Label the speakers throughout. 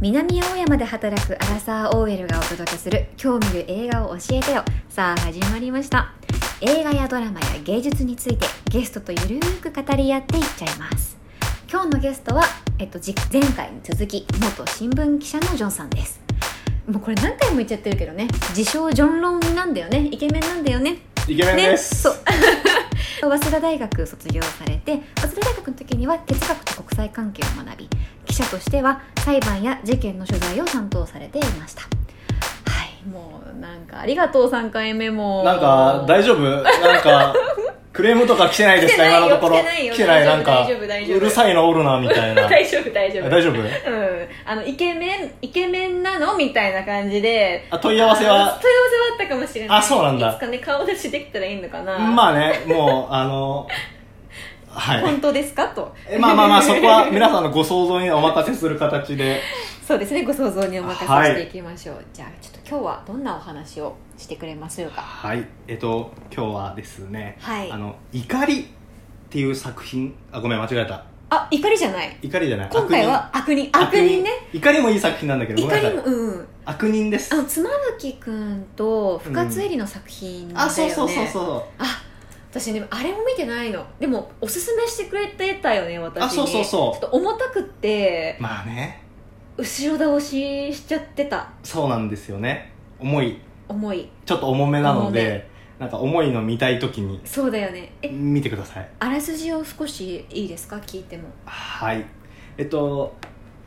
Speaker 1: 南青山で働くアラサー OL がお届けする「今日見る映画を教えてよ」さあ始まりました映画やドラマや芸術についてゲストとゆるーく語り合っていっちゃいます今日のゲストは、えっと、じ前回に続き元新聞記者のジョンさんですもうこれ何回も言っちゃってるけどね自称ジョンロンなんだよねイケメンなんだよね
Speaker 2: イケメンです、
Speaker 1: ね そう早稲田大学卒業されて早稲田大学の時には哲学と国際関係を学び記者としては裁判や事件の取材を担当されていましたはいもうなんかありがとう3回目も
Speaker 2: なんか大丈夫なん かクレームとか来てないですか
Speaker 1: 来てないよ
Speaker 2: 今のところ
Speaker 1: 来てないよ
Speaker 2: なんか
Speaker 1: 大丈夫大丈夫
Speaker 2: うるさいのおるなみたい な
Speaker 1: 大丈夫大丈夫
Speaker 2: 大丈夫
Speaker 1: うん、あのイケメンイケメンなのみたいな感じで
Speaker 2: あ問い合わせは
Speaker 1: あの問い合わせはあったかもしれない
Speaker 2: あそうなんだ
Speaker 1: いつかね顔出しできたらいいのかな
Speaker 2: まあねもうあ のはい
Speaker 1: 本当ですかと
Speaker 2: えまあまあまあそこは皆さんのご想像にお任せする形で
Speaker 1: そうですねご想像にお任せ
Speaker 2: はい
Speaker 1: していきましょう、じゃあちょっと今日はどんなお話をしてくれますか
Speaker 2: はいえっと今日はですね、
Speaker 1: はい
Speaker 2: あの怒りっていう作品あごめん間違えた
Speaker 1: あ怒りじゃない
Speaker 2: 怒りじゃない
Speaker 1: 今回は悪人悪人ね
Speaker 2: 怒りもいい作品なんだけどご
Speaker 1: 怒
Speaker 2: めんな
Speaker 1: り
Speaker 2: さ
Speaker 1: も
Speaker 2: い
Speaker 1: うん
Speaker 2: 悪人です
Speaker 1: あの妻夫木君と深津絵里の作品だよね、
Speaker 2: あそうそうそうそう
Speaker 1: あ私ねあれも見てないのでもおすすめしてくれてたよね私に
Speaker 2: あそうそうそう
Speaker 1: ちょっと重たくって
Speaker 2: まあね
Speaker 1: 後ろ倒ししちゃってた
Speaker 2: そうなんですよね重い
Speaker 1: 思い
Speaker 2: ちょっと重めなの
Speaker 1: 重
Speaker 2: でなんか重いの見たい時に
Speaker 1: そうだよねえ
Speaker 2: 見てください
Speaker 1: あらすじを少しいいですか聞いても
Speaker 2: はいえっと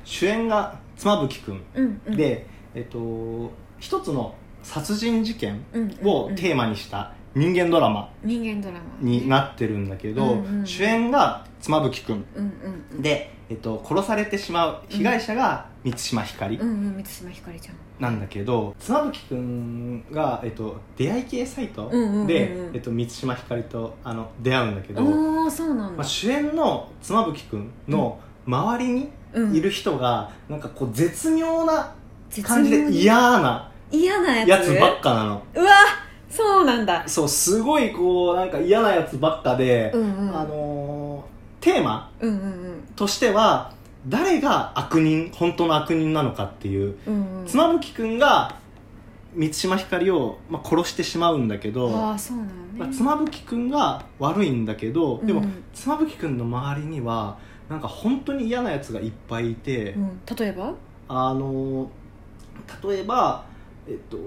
Speaker 2: 主演が妻夫木君
Speaker 1: うんうん
Speaker 2: で、えっと一つの殺人事件
Speaker 1: うんうん
Speaker 2: を
Speaker 1: うん
Speaker 2: テーマにした人間ドラマ
Speaker 1: 人間ドラマ
Speaker 2: になってるんだけど、
Speaker 1: うんうん
Speaker 2: 主演が妻夫木君
Speaker 1: うんうんうん
Speaker 2: で、えっと、殺されてしまう被害者が満島ひかり
Speaker 1: うんうん満島ひかりちゃん
Speaker 2: なんだけど妻夫木君が、えっと、出会い系サイト
Speaker 1: うんうんうんうん
Speaker 2: でえっと満島ひかりとあの出会うんだけど、ま
Speaker 1: ああそうなん
Speaker 2: あ、
Speaker 1: だ、
Speaker 2: 主演の妻夫木君の周りに
Speaker 1: うん
Speaker 2: いる人が、なんかこう絶妙な
Speaker 1: 絶妙
Speaker 2: 感
Speaker 1: に
Speaker 2: じで嫌な
Speaker 1: 嫌なやつ
Speaker 2: やつばっかなの
Speaker 1: うわそうなんだ
Speaker 2: そうすごいこうなんか嫌なやつばっかで、
Speaker 1: うんうん
Speaker 2: あのーテーマ
Speaker 1: うんうん
Speaker 2: としては誰が悪人本当の悪人なのかっていう
Speaker 1: うんうんうん
Speaker 2: 妻夫木君が満島ひかりを、まあ、殺してしまうんだけど、
Speaker 1: ああそうなのね、
Speaker 2: まあ、妻夫木君が悪いんだけどでも、
Speaker 1: うん
Speaker 2: 妻夫木君の周りにはなんか本当に嫌なやつがいっぱいいて、
Speaker 1: うん、例えば
Speaker 2: あの例えば、えっと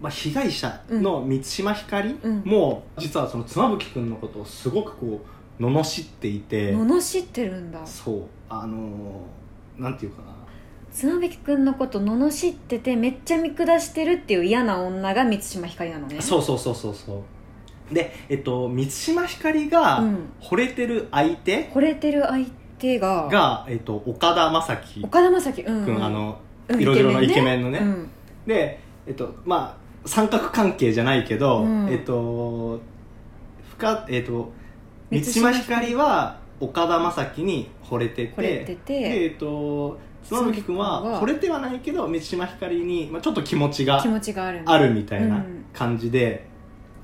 Speaker 2: まあ、被害者の満島ひかり
Speaker 1: うん
Speaker 2: も、実はその妻夫木君のことをすごくこう罵っていて、
Speaker 1: 罵ってるんだ
Speaker 2: そうあのなんていうかな
Speaker 1: 妻夫木君のこと罵っててめっちゃ見下してるっていう嫌な女が満島ひかりなのね
Speaker 2: そうそうそうそうそうで、えっと、満島ひかりが
Speaker 1: ん、
Speaker 2: 惚れてる相手
Speaker 1: 惚れてる相手が
Speaker 2: が、えっと、岡田将生君、
Speaker 1: 岡田将生うん、うん、
Speaker 2: あの
Speaker 1: うん
Speaker 2: いろいろなイケ
Speaker 1: ン
Speaker 2: メンのね、
Speaker 1: うん
Speaker 2: で、えっとまあ、三角関係じゃないけど、
Speaker 1: うん
Speaker 2: えっと深えっと満
Speaker 1: 満島
Speaker 2: 島
Speaker 1: ひ
Speaker 2: ひ
Speaker 1: か
Speaker 2: か
Speaker 1: り
Speaker 2: りは岡田将生に惚れてて
Speaker 1: 惚れて
Speaker 2: で
Speaker 1: て
Speaker 2: えっと妻夫木君は
Speaker 1: 妻夫木君は
Speaker 2: 惚れてはないけど満島ひかりに、まあ、ちょっと気持ちが
Speaker 1: 気持ちがあるんだ
Speaker 2: あるみたいうなん感じで、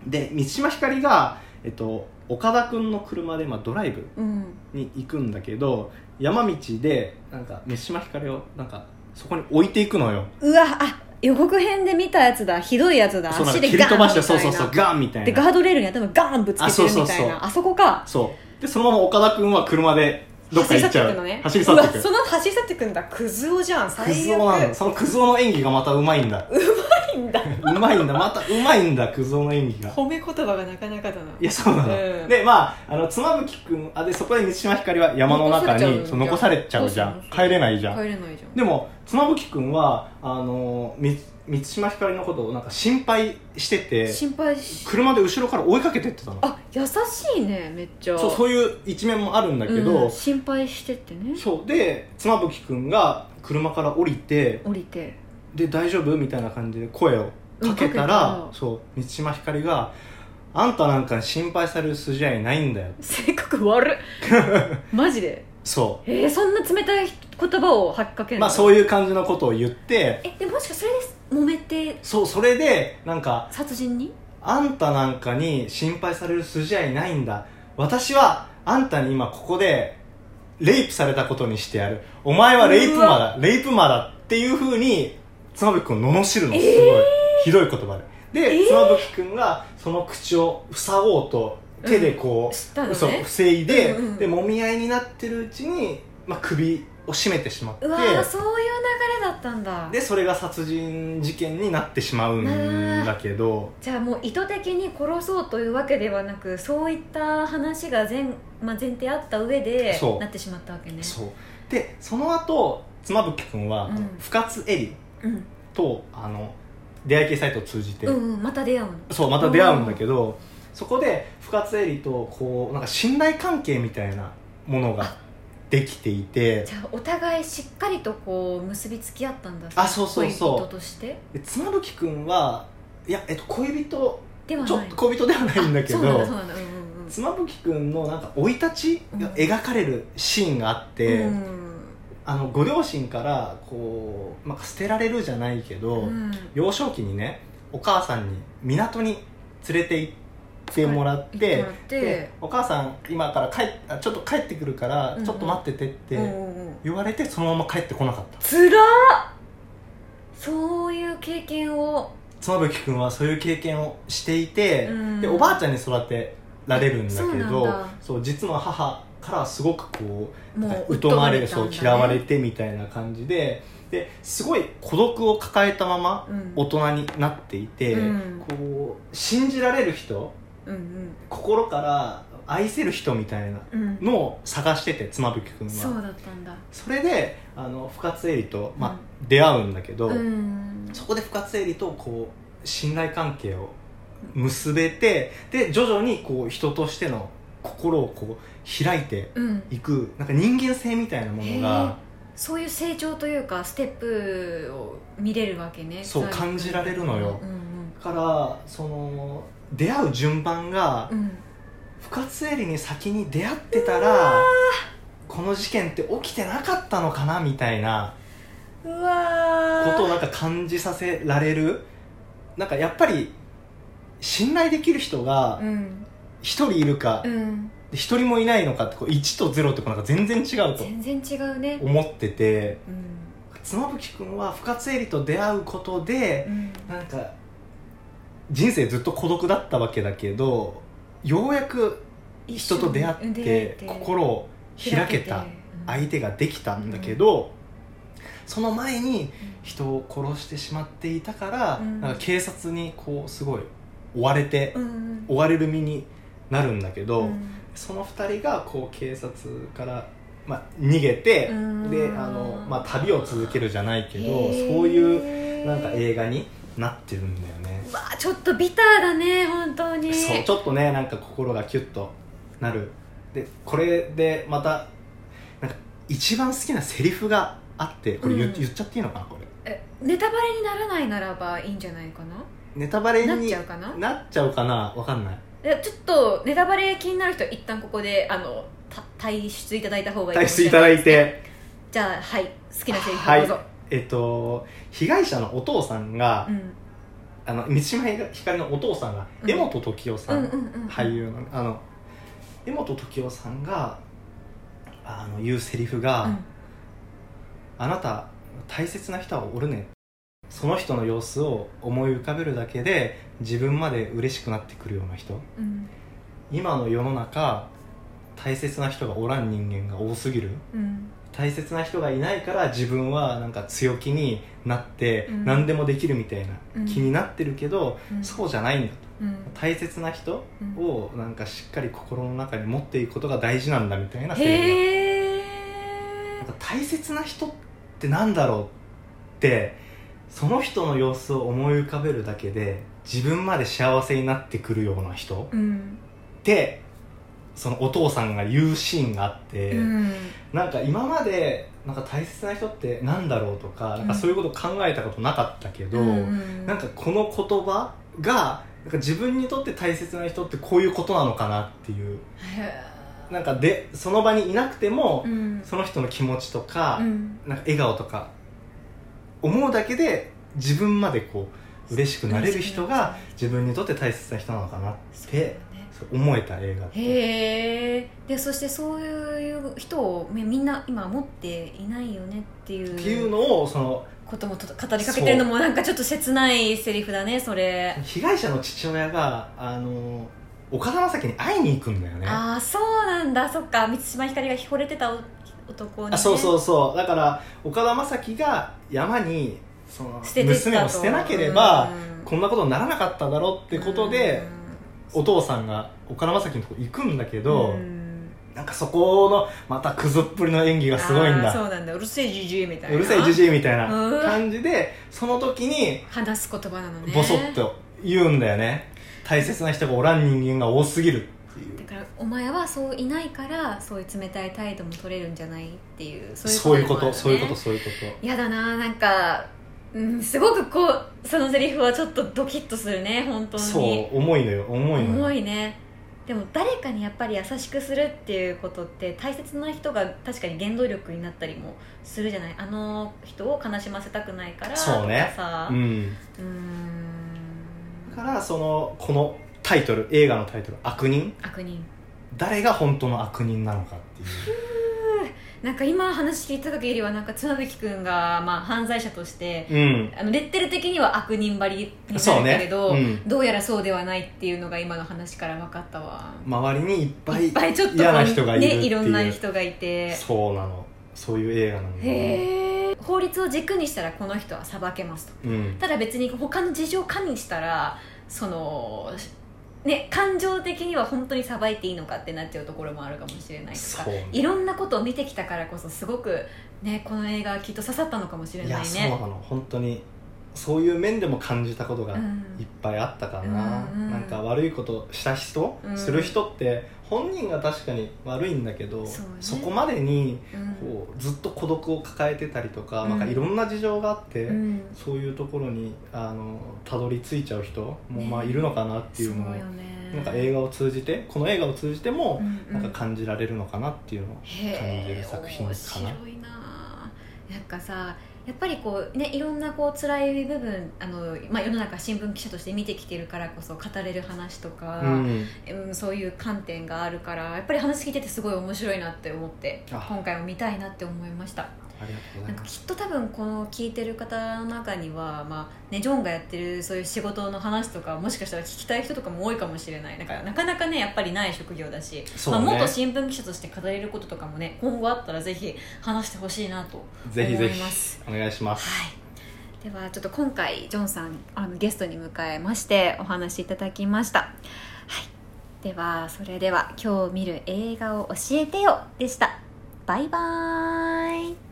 Speaker 2: で満島ひかりが、えっと、岡田君の車で、まあ、ドライブ
Speaker 1: うん
Speaker 2: に行くんだけど山道でなんか満島ひかりをなんかそこに置いていくのよ
Speaker 1: うわあ予告編で見たやつだひどいやつだ
Speaker 2: そうなん
Speaker 1: 足
Speaker 2: か
Speaker 1: で
Speaker 2: 蹴り
Speaker 1: ガン
Speaker 2: 飛ばして
Speaker 1: み
Speaker 2: そ
Speaker 1: た
Speaker 2: う
Speaker 1: いな
Speaker 2: そうそうガンみたい
Speaker 1: でガ
Speaker 2: な
Speaker 1: ードレールに頭ガンぶつけてるみたいなあ
Speaker 2: あそ
Speaker 1: そう
Speaker 2: そうそ
Speaker 1: こ
Speaker 2: う
Speaker 1: か
Speaker 2: そうでそのまま岡田君は車でどっか行っちゃう
Speaker 1: 走り去
Speaker 2: 去
Speaker 1: っ
Speaker 2: ってて
Speaker 1: い
Speaker 2: い
Speaker 1: くのねうわそ
Speaker 2: く
Speaker 1: の走り去っていくんだクズ男じゃん
Speaker 2: ク
Speaker 1: 最
Speaker 2: ズ男なの
Speaker 1: 悪
Speaker 2: そのクズ男の演技がまたうまいんだ
Speaker 1: いいんだ
Speaker 2: うまいんだまたうまいんだクズ男の演技が
Speaker 1: 褒め言葉がなかなかだない
Speaker 2: やそうなの、
Speaker 1: うん
Speaker 2: でまああの妻夫木君あでそこで満島ひかりは山の中にそう
Speaker 1: 残
Speaker 2: 残
Speaker 1: さ
Speaker 2: さ
Speaker 1: れ
Speaker 2: れ
Speaker 1: ち
Speaker 2: ち
Speaker 1: ゃ
Speaker 2: ゃ
Speaker 1: う
Speaker 2: う
Speaker 1: じ
Speaker 2: じ
Speaker 1: ゃ
Speaker 2: ゃ
Speaker 1: ん
Speaker 2: ん帰れないじゃん
Speaker 1: 帰れないじゃん
Speaker 2: でも妻夫木君はあのみ満島ひかりのことをなんか心配してて
Speaker 1: 心配し
Speaker 2: 車で後ろから追いかけてってたの
Speaker 1: あ優しいねめっちゃ
Speaker 2: そうそういう一面もあるんだけど、
Speaker 1: うん心配してってね
Speaker 2: そうで妻夫木君が車から降りて
Speaker 1: 降りて
Speaker 2: 「で大丈夫?」みたいな感じで声をかけた
Speaker 1: うん
Speaker 2: ら
Speaker 1: かけたら
Speaker 2: そう満島ひかりが「あんたなんかに心配される筋合いないんだよ
Speaker 1: 性格 悪っマジで」
Speaker 2: そ
Speaker 1: えー、そんな冷たい言葉をはっかけ
Speaker 2: う
Speaker 1: る
Speaker 2: まあそういう感じのことを言って
Speaker 1: えでもしかそれで揉めて
Speaker 2: そうそれでなんか
Speaker 1: 殺人に
Speaker 2: 「あんたなんかに心配される筋合いないんだ私はあんたに今ここでレイプされたことにしてやるお前はレイプ魔だレイプ魔だ」っっていうふうに妻夫木君を罵るのすごい、ひどい言葉でで、
Speaker 1: えー
Speaker 2: 妻夫木君がその口を塞ごうと手でこ
Speaker 1: 知った
Speaker 2: う、
Speaker 1: のね
Speaker 2: 嘘を防いで、
Speaker 1: うんうん
Speaker 2: で揉み合いになってるうちに、まあ、首を絞めてしまって
Speaker 1: うわーそういう流れだったんだ
Speaker 2: でそれが殺人事件になってしまうんだけど
Speaker 1: じゃあもう意図的に殺そうというわけではなくそういった話が前,、まあ、前提あった上で
Speaker 2: そう
Speaker 1: なってしまったわけね
Speaker 2: そうでその後妻夫木君は、
Speaker 1: うん
Speaker 2: 深津絵里
Speaker 1: うん、
Speaker 2: とあの出会い系サイトを通じて、
Speaker 1: うんうん、また出会うの
Speaker 2: そうまた出会うんだけど、そこで深津絵里とこうなんか信頼関係みたいなものができていて
Speaker 1: じゃあお互いしっかりとこう結びつき合ったんだ
Speaker 2: あそうそうそう
Speaker 1: 恋人として
Speaker 2: で妻夫木君はいや、えっと、恋人
Speaker 1: ではない
Speaker 2: ちょっと恋人ではないんだけ
Speaker 1: あそうなんだ
Speaker 2: ど
Speaker 1: そうなんだうんうんうん
Speaker 2: 妻夫木君のなんか生い立ちが描かれるシーンがあって、
Speaker 1: うん
Speaker 2: あのご両親からこう、まあ、捨てられるじゃないけど、
Speaker 1: うん
Speaker 2: 幼少期にねお母さんに港に連れて行ってもらって,、
Speaker 1: 行ってもらって
Speaker 2: でお母さん今から帰っあちょっと帰ってくるから
Speaker 1: うんうん
Speaker 2: ちょっと待っててって
Speaker 1: うんうんうん
Speaker 2: 言われてそのまま帰ってこなかった
Speaker 1: つらっそういう経験を
Speaker 2: 妻夫木君はそういう経験をしていて、
Speaker 1: うん
Speaker 2: でおばあちゃんに育てられるんだ
Speaker 1: そう
Speaker 2: け
Speaker 1: なん
Speaker 2: ど
Speaker 1: だ
Speaker 2: そう実の母からすごくこう
Speaker 1: もう
Speaker 2: 疎まれ
Speaker 1: たん
Speaker 2: そ
Speaker 1: だ
Speaker 2: う
Speaker 1: ね
Speaker 2: 嫌われてみたいな感じでですごい孤独を抱えたまま
Speaker 1: うん
Speaker 2: 大人になっていて、
Speaker 1: うん
Speaker 2: こう信じられる人
Speaker 1: うん
Speaker 2: 心から愛せる人みたいな
Speaker 1: うんうん
Speaker 2: のを探してて妻夫木君
Speaker 1: そう
Speaker 2: は
Speaker 1: だったんだ
Speaker 2: それであの深津絵里と、まあ、出会うんだけど、
Speaker 1: うん
Speaker 2: そこで深津絵里とこう信頼関係を結べてで徐々にこう人としての心をこう開いて
Speaker 1: うん
Speaker 2: いくなんか人間性みたいなものが
Speaker 1: そういう成長というかステップを見れるわけね
Speaker 2: そう
Speaker 1: 最後
Speaker 2: 感じられるのよ
Speaker 1: うんうん
Speaker 2: だからその出会う順番が
Speaker 1: うん
Speaker 2: 深津絵里に先に出会ってたらこの事件って起きてなかったのかなみたいな
Speaker 1: うわ
Speaker 2: ことを
Speaker 1: ー
Speaker 2: なんか感じさせられるなんかやっぱり信頼できる人が
Speaker 1: うん
Speaker 2: 一人いるか
Speaker 1: うん
Speaker 2: 一人もいないのかってこう1と0ってこうなんか全然違うと
Speaker 1: 全然違うね
Speaker 2: 思ってて
Speaker 1: うん
Speaker 2: 妻夫木君は深津絵里と出会うことで
Speaker 1: うん
Speaker 2: なんか人生ずっと孤独だったわけだけどようやく人と出会
Speaker 1: 一緒
Speaker 2: っ
Speaker 1: に出会えて
Speaker 2: て心を開けた相
Speaker 1: 手
Speaker 2: 手ができたんだけど、その前に人を殺してしまっていたから、
Speaker 1: うん
Speaker 2: なんか警察にこうすごい追われて、
Speaker 1: うん
Speaker 2: 追われる身になるんだけど、
Speaker 1: うん
Speaker 2: その2人がこう警察から、まあ、逃げて、
Speaker 1: うん
Speaker 2: であの、まあ、旅を続けるじゃないけど
Speaker 1: へー
Speaker 2: そういうなんか映画になってるんだよね。
Speaker 1: うわーちょっとビターだね本当に
Speaker 2: そうちょっとねなんか心がキュッとなるでこれでまたなんか一番好きなセリフがあってこれ言,、
Speaker 1: うん
Speaker 2: 言っちゃっていいのかなこれ
Speaker 1: えネタバレにならないならばいいんじゃないかな
Speaker 2: ネタバレに
Speaker 1: なっちゃうかな
Speaker 2: なっちゃうかなわかんない
Speaker 1: えちょっとネタバレ気になる人は一旦ここであのた退出いただいた方がいいか
Speaker 2: 退
Speaker 1: もしれ
Speaker 2: 出
Speaker 1: な
Speaker 2: いただいて
Speaker 1: じゃあはい好きなセリフ
Speaker 2: は
Speaker 1: どう
Speaker 2: い
Speaker 1: ぞ、
Speaker 2: えっと被害者のお父さんが、
Speaker 1: うん
Speaker 2: あの三島ひかりのお父さんが
Speaker 1: うん
Speaker 2: 柄本時生さ、
Speaker 1: うんんうんうん
Speaker 2: 俳優のあの柄本時生さんがあの言うセリフが、
Speaker 1: うん
Speaker 2: あなた大切な人はおるねその人の様子を思い浮かべるだけで自分まで嬉しくなってくるような人
Speaker 1: うん
Speaker 2: 今の世の中大切な人がおらん人間が多すぎる
Speaker 1: うん
Speaker 2: 大切な人がいないから自分はなんか強気になって
Speaker 1: うん
Speaker 2: 何でもできるみたい
Speaker 1: うん
Speaker 2: な気になってるけど、
Speaker 1: うん
Speaker 2: そうじゃないんだと
Speaker 1: うん
Speaker 2: 大切な人
Speaker 1: うん
Speaker 2: をなんかしっかり心の中に持っていくことが大事なんだみたいなセリフが
Speaker 1: へえ
Speaker 2: なんか大切な人ってなんだろうってその人の様子を思い浮かべるだけで自分まで幸せになってくるような人
Speaker 1: うん
Speaker 2: ってそのお父さんが言うシーンがあって、
Speaker 1: うん
Speaker 2: なんか今までなんか大切な人ってなんだろうとか,、なんかそういうこと考えたことなかったけど、
Speaker 1: うん
Speaker 2: なんかこの言葉がなんか自分にとって大切な人ってこういうことなのかなっていう
Speaker 1: へー
Speaker 2: なんかでその場にいなくても、
Speaker 1: うん
Speaker 2: その人の気持ちとか、
Speaker 1: うん
Speaker 2: なんか笑顔とか思うだけで自分までこう嬉しくなれる人が自分にとって大切な人なのかなっ
Speaker 1: そうだ
Speaker 2: て
Speaker 1: ね
Speaker 2: そう思えた映画って
Speaker 1: へえでそしてそういう人をみみんな今持っていないよねっていう
Speaker 2: っていうのをその
Speaker 1: こともと語りかけてるのもなんかちょっと切ないセリフだねそれ、
Speaker 2: 被害者の父親があの岡田将生に会いに行くんだよね
Speaker 1: ああそうなんだそっか満島ひかりが惚れてたお男に、ね、
Speaker 2: あそう
Speaker 1: う
Speaker 2: そうそうだから岡田将生が山にその
Speaker 1: 捨ててったと
Speaker 2: 娘を捨てなければ、
Speaker 1: うん
Speaker 2: こんなことにならなかっただろうってことで、お父さんが岡田将生のとこ行くんだけ
Speaker 1: うん
Speaker 2: ど、
Speaker 1: うん
Speaker 2: なんかそこのまたクズっぷりの演技がすごいん
Speaker 1: あー
Speaker 2: だ
Speaker 1: そうなんだうるせえじじいみたいな
Speaker 2: うるさいじじいみたいな
Speaker 1: うん
Speaker 2: 感じでその時に
Speaker 1: 話す言葉なのね
Speaker 2: ボソッと言うんだよね大切な人がおらん人間が多すぎるっていう
Speaker 1: だからお前はそういないからそういう冷たい態度も取れるんじゃないっていう
Speaker 2: そういうこ
Speaker 1: でもある
Speaker 2: と
Speaker 1: ね
Speaker 2: そういうことそういうこ
Speaker 1: やだななんか、うん、すごくこうそのセリフはちょっとドキッとするね本当
Speaker 2: と
Speaker 1: に
Speaker 2: そう重いのよ重いのよ
Speaker 1: 重いねでも誰かにやっぱり優しくするっていうことって大切な人が確かに原動力になったりもするじゃないあの人を悲しませたくないから
Speaker 2: そうね
Speaker 1: とかさ
Speaker 2: う
Speaker 1: うんーん
Speaker 2: だからそのこのタイトル映画のタイトル「悪人
Speaker 1: 悪人」
Speaker 2: 誰が本当の悪人なのかっていう
Speaker 1: なんか今話聞いた時よりはなんか妻夫木君が、まあ、犯罪者として
Speaker 2: うん
Speaker 1: あのレッテル的には悪人ばり にな
Speaker 2: そう
Speaker 1: るけ
Speaker 2: ね
Speaker 1: れど、
Speaker 2: うん
Speaker 1: どうやらそうではないっていうのが今の話から分かったわ
Speaker 2: 周りにいっぱ
Speaker 1: い
Speaker 2: い
Speaker 1: っぱいちょっと
Speaker 2: 嫌な人がいるっていう、
Speaker 1: ね、いろんな人がいて
Speaker 2: そうなのそういう映画なの
Speaker 1: へえ法律を軸にしたらこの人は裁けますと
Speaker 2: うん
Speaker 1: ただ別に他の事情を加味したらそのね感情的には本当に裁いていいのかってなっちゃうところもあるかもしれないとか
Speaker 2: そうね
Speaker 1: いろんなことを見てきたからこそすごくねこの映画はきっと刺さったのかもしれ
Speaker 2: い
Speaker 1: ない
Speaker 2: や
Speaker 1: ね
Speaker 2: そうなの本当にそういう面でも感じたことが
Speaker 1: う
Speaker 2: いっ
Speaker 1: ん
Speaker 2: ぱいあったからな、
Speaker 1: うんうん
Speaker 2: なんか悪いことした人、
Speaker 1: うん
Speaker 2: する人って本人が確かに悪いんだけど
Speaker 1: そうね
Speaker 2: こまでに
Speaker 1: うん
Speaker 2: こうずっと孤独を抱えてたりとか,、
Speaker 1: うん
Speaker 2: なんかいろんな事情があって、
Speaker 1: うん
Speaker 2: そういうところにあのたどり着いちゃう人も
Speaker 1: ね
Speaker 2: まあいるのかなっていうの
Speaker 1: そ
Speaker 2: を、
Speaker 1: うよね
Speaker 2: なんか映画を通じてこの映画を通じても
Speaker 1: うんうん
Speaker 2: なんか感じられるのかなっていうのを感じる作品
Speaker 1: へー
Speaker 2: かな
Speaker 1: 面白いなあなんかさやっぱりこうねいろんなこう辛い部分あの、まあ、世の中新聞記者として見てきてるからこそ語れる話とか、
Speaker 2: うん、
Speaker 1: うんそういう観点があるからやっぱり話聞いててすごい面白いなって思って
Speaker 2: あ
Speaker 1: 今回も見たいなって思いました
Speaker 2: ありがとうござ
Speaker 1: ないんか
Speaker 2: ます
Speaker 1: きっと多分この聞いてる方の中には、まあね、ジョンがやってるそういう仕事の話とかもしかしたら聞きたい人とかも多いかもしれないなんかなかなかねやっぱりない職業だし、
Speaker 2: そう
Speaker 1: まあ、
Speaker 2: ね
Speaker 1: 元新聞記者として語れることとかもね今後あったらぜひ話してほしいなと
Speaker 2: ぜひぜ
Speaker 1: 思い
Speaker 2: ひ
Speaker 1: ます
Speaker 2: お願いします
Speaker 1: はい、ではちょっと今回ジョンさんあのゲストに迎えましてお話しいただきました、はい、ではそれでは「今日見る映画を教えてよ」でしたバイバーイ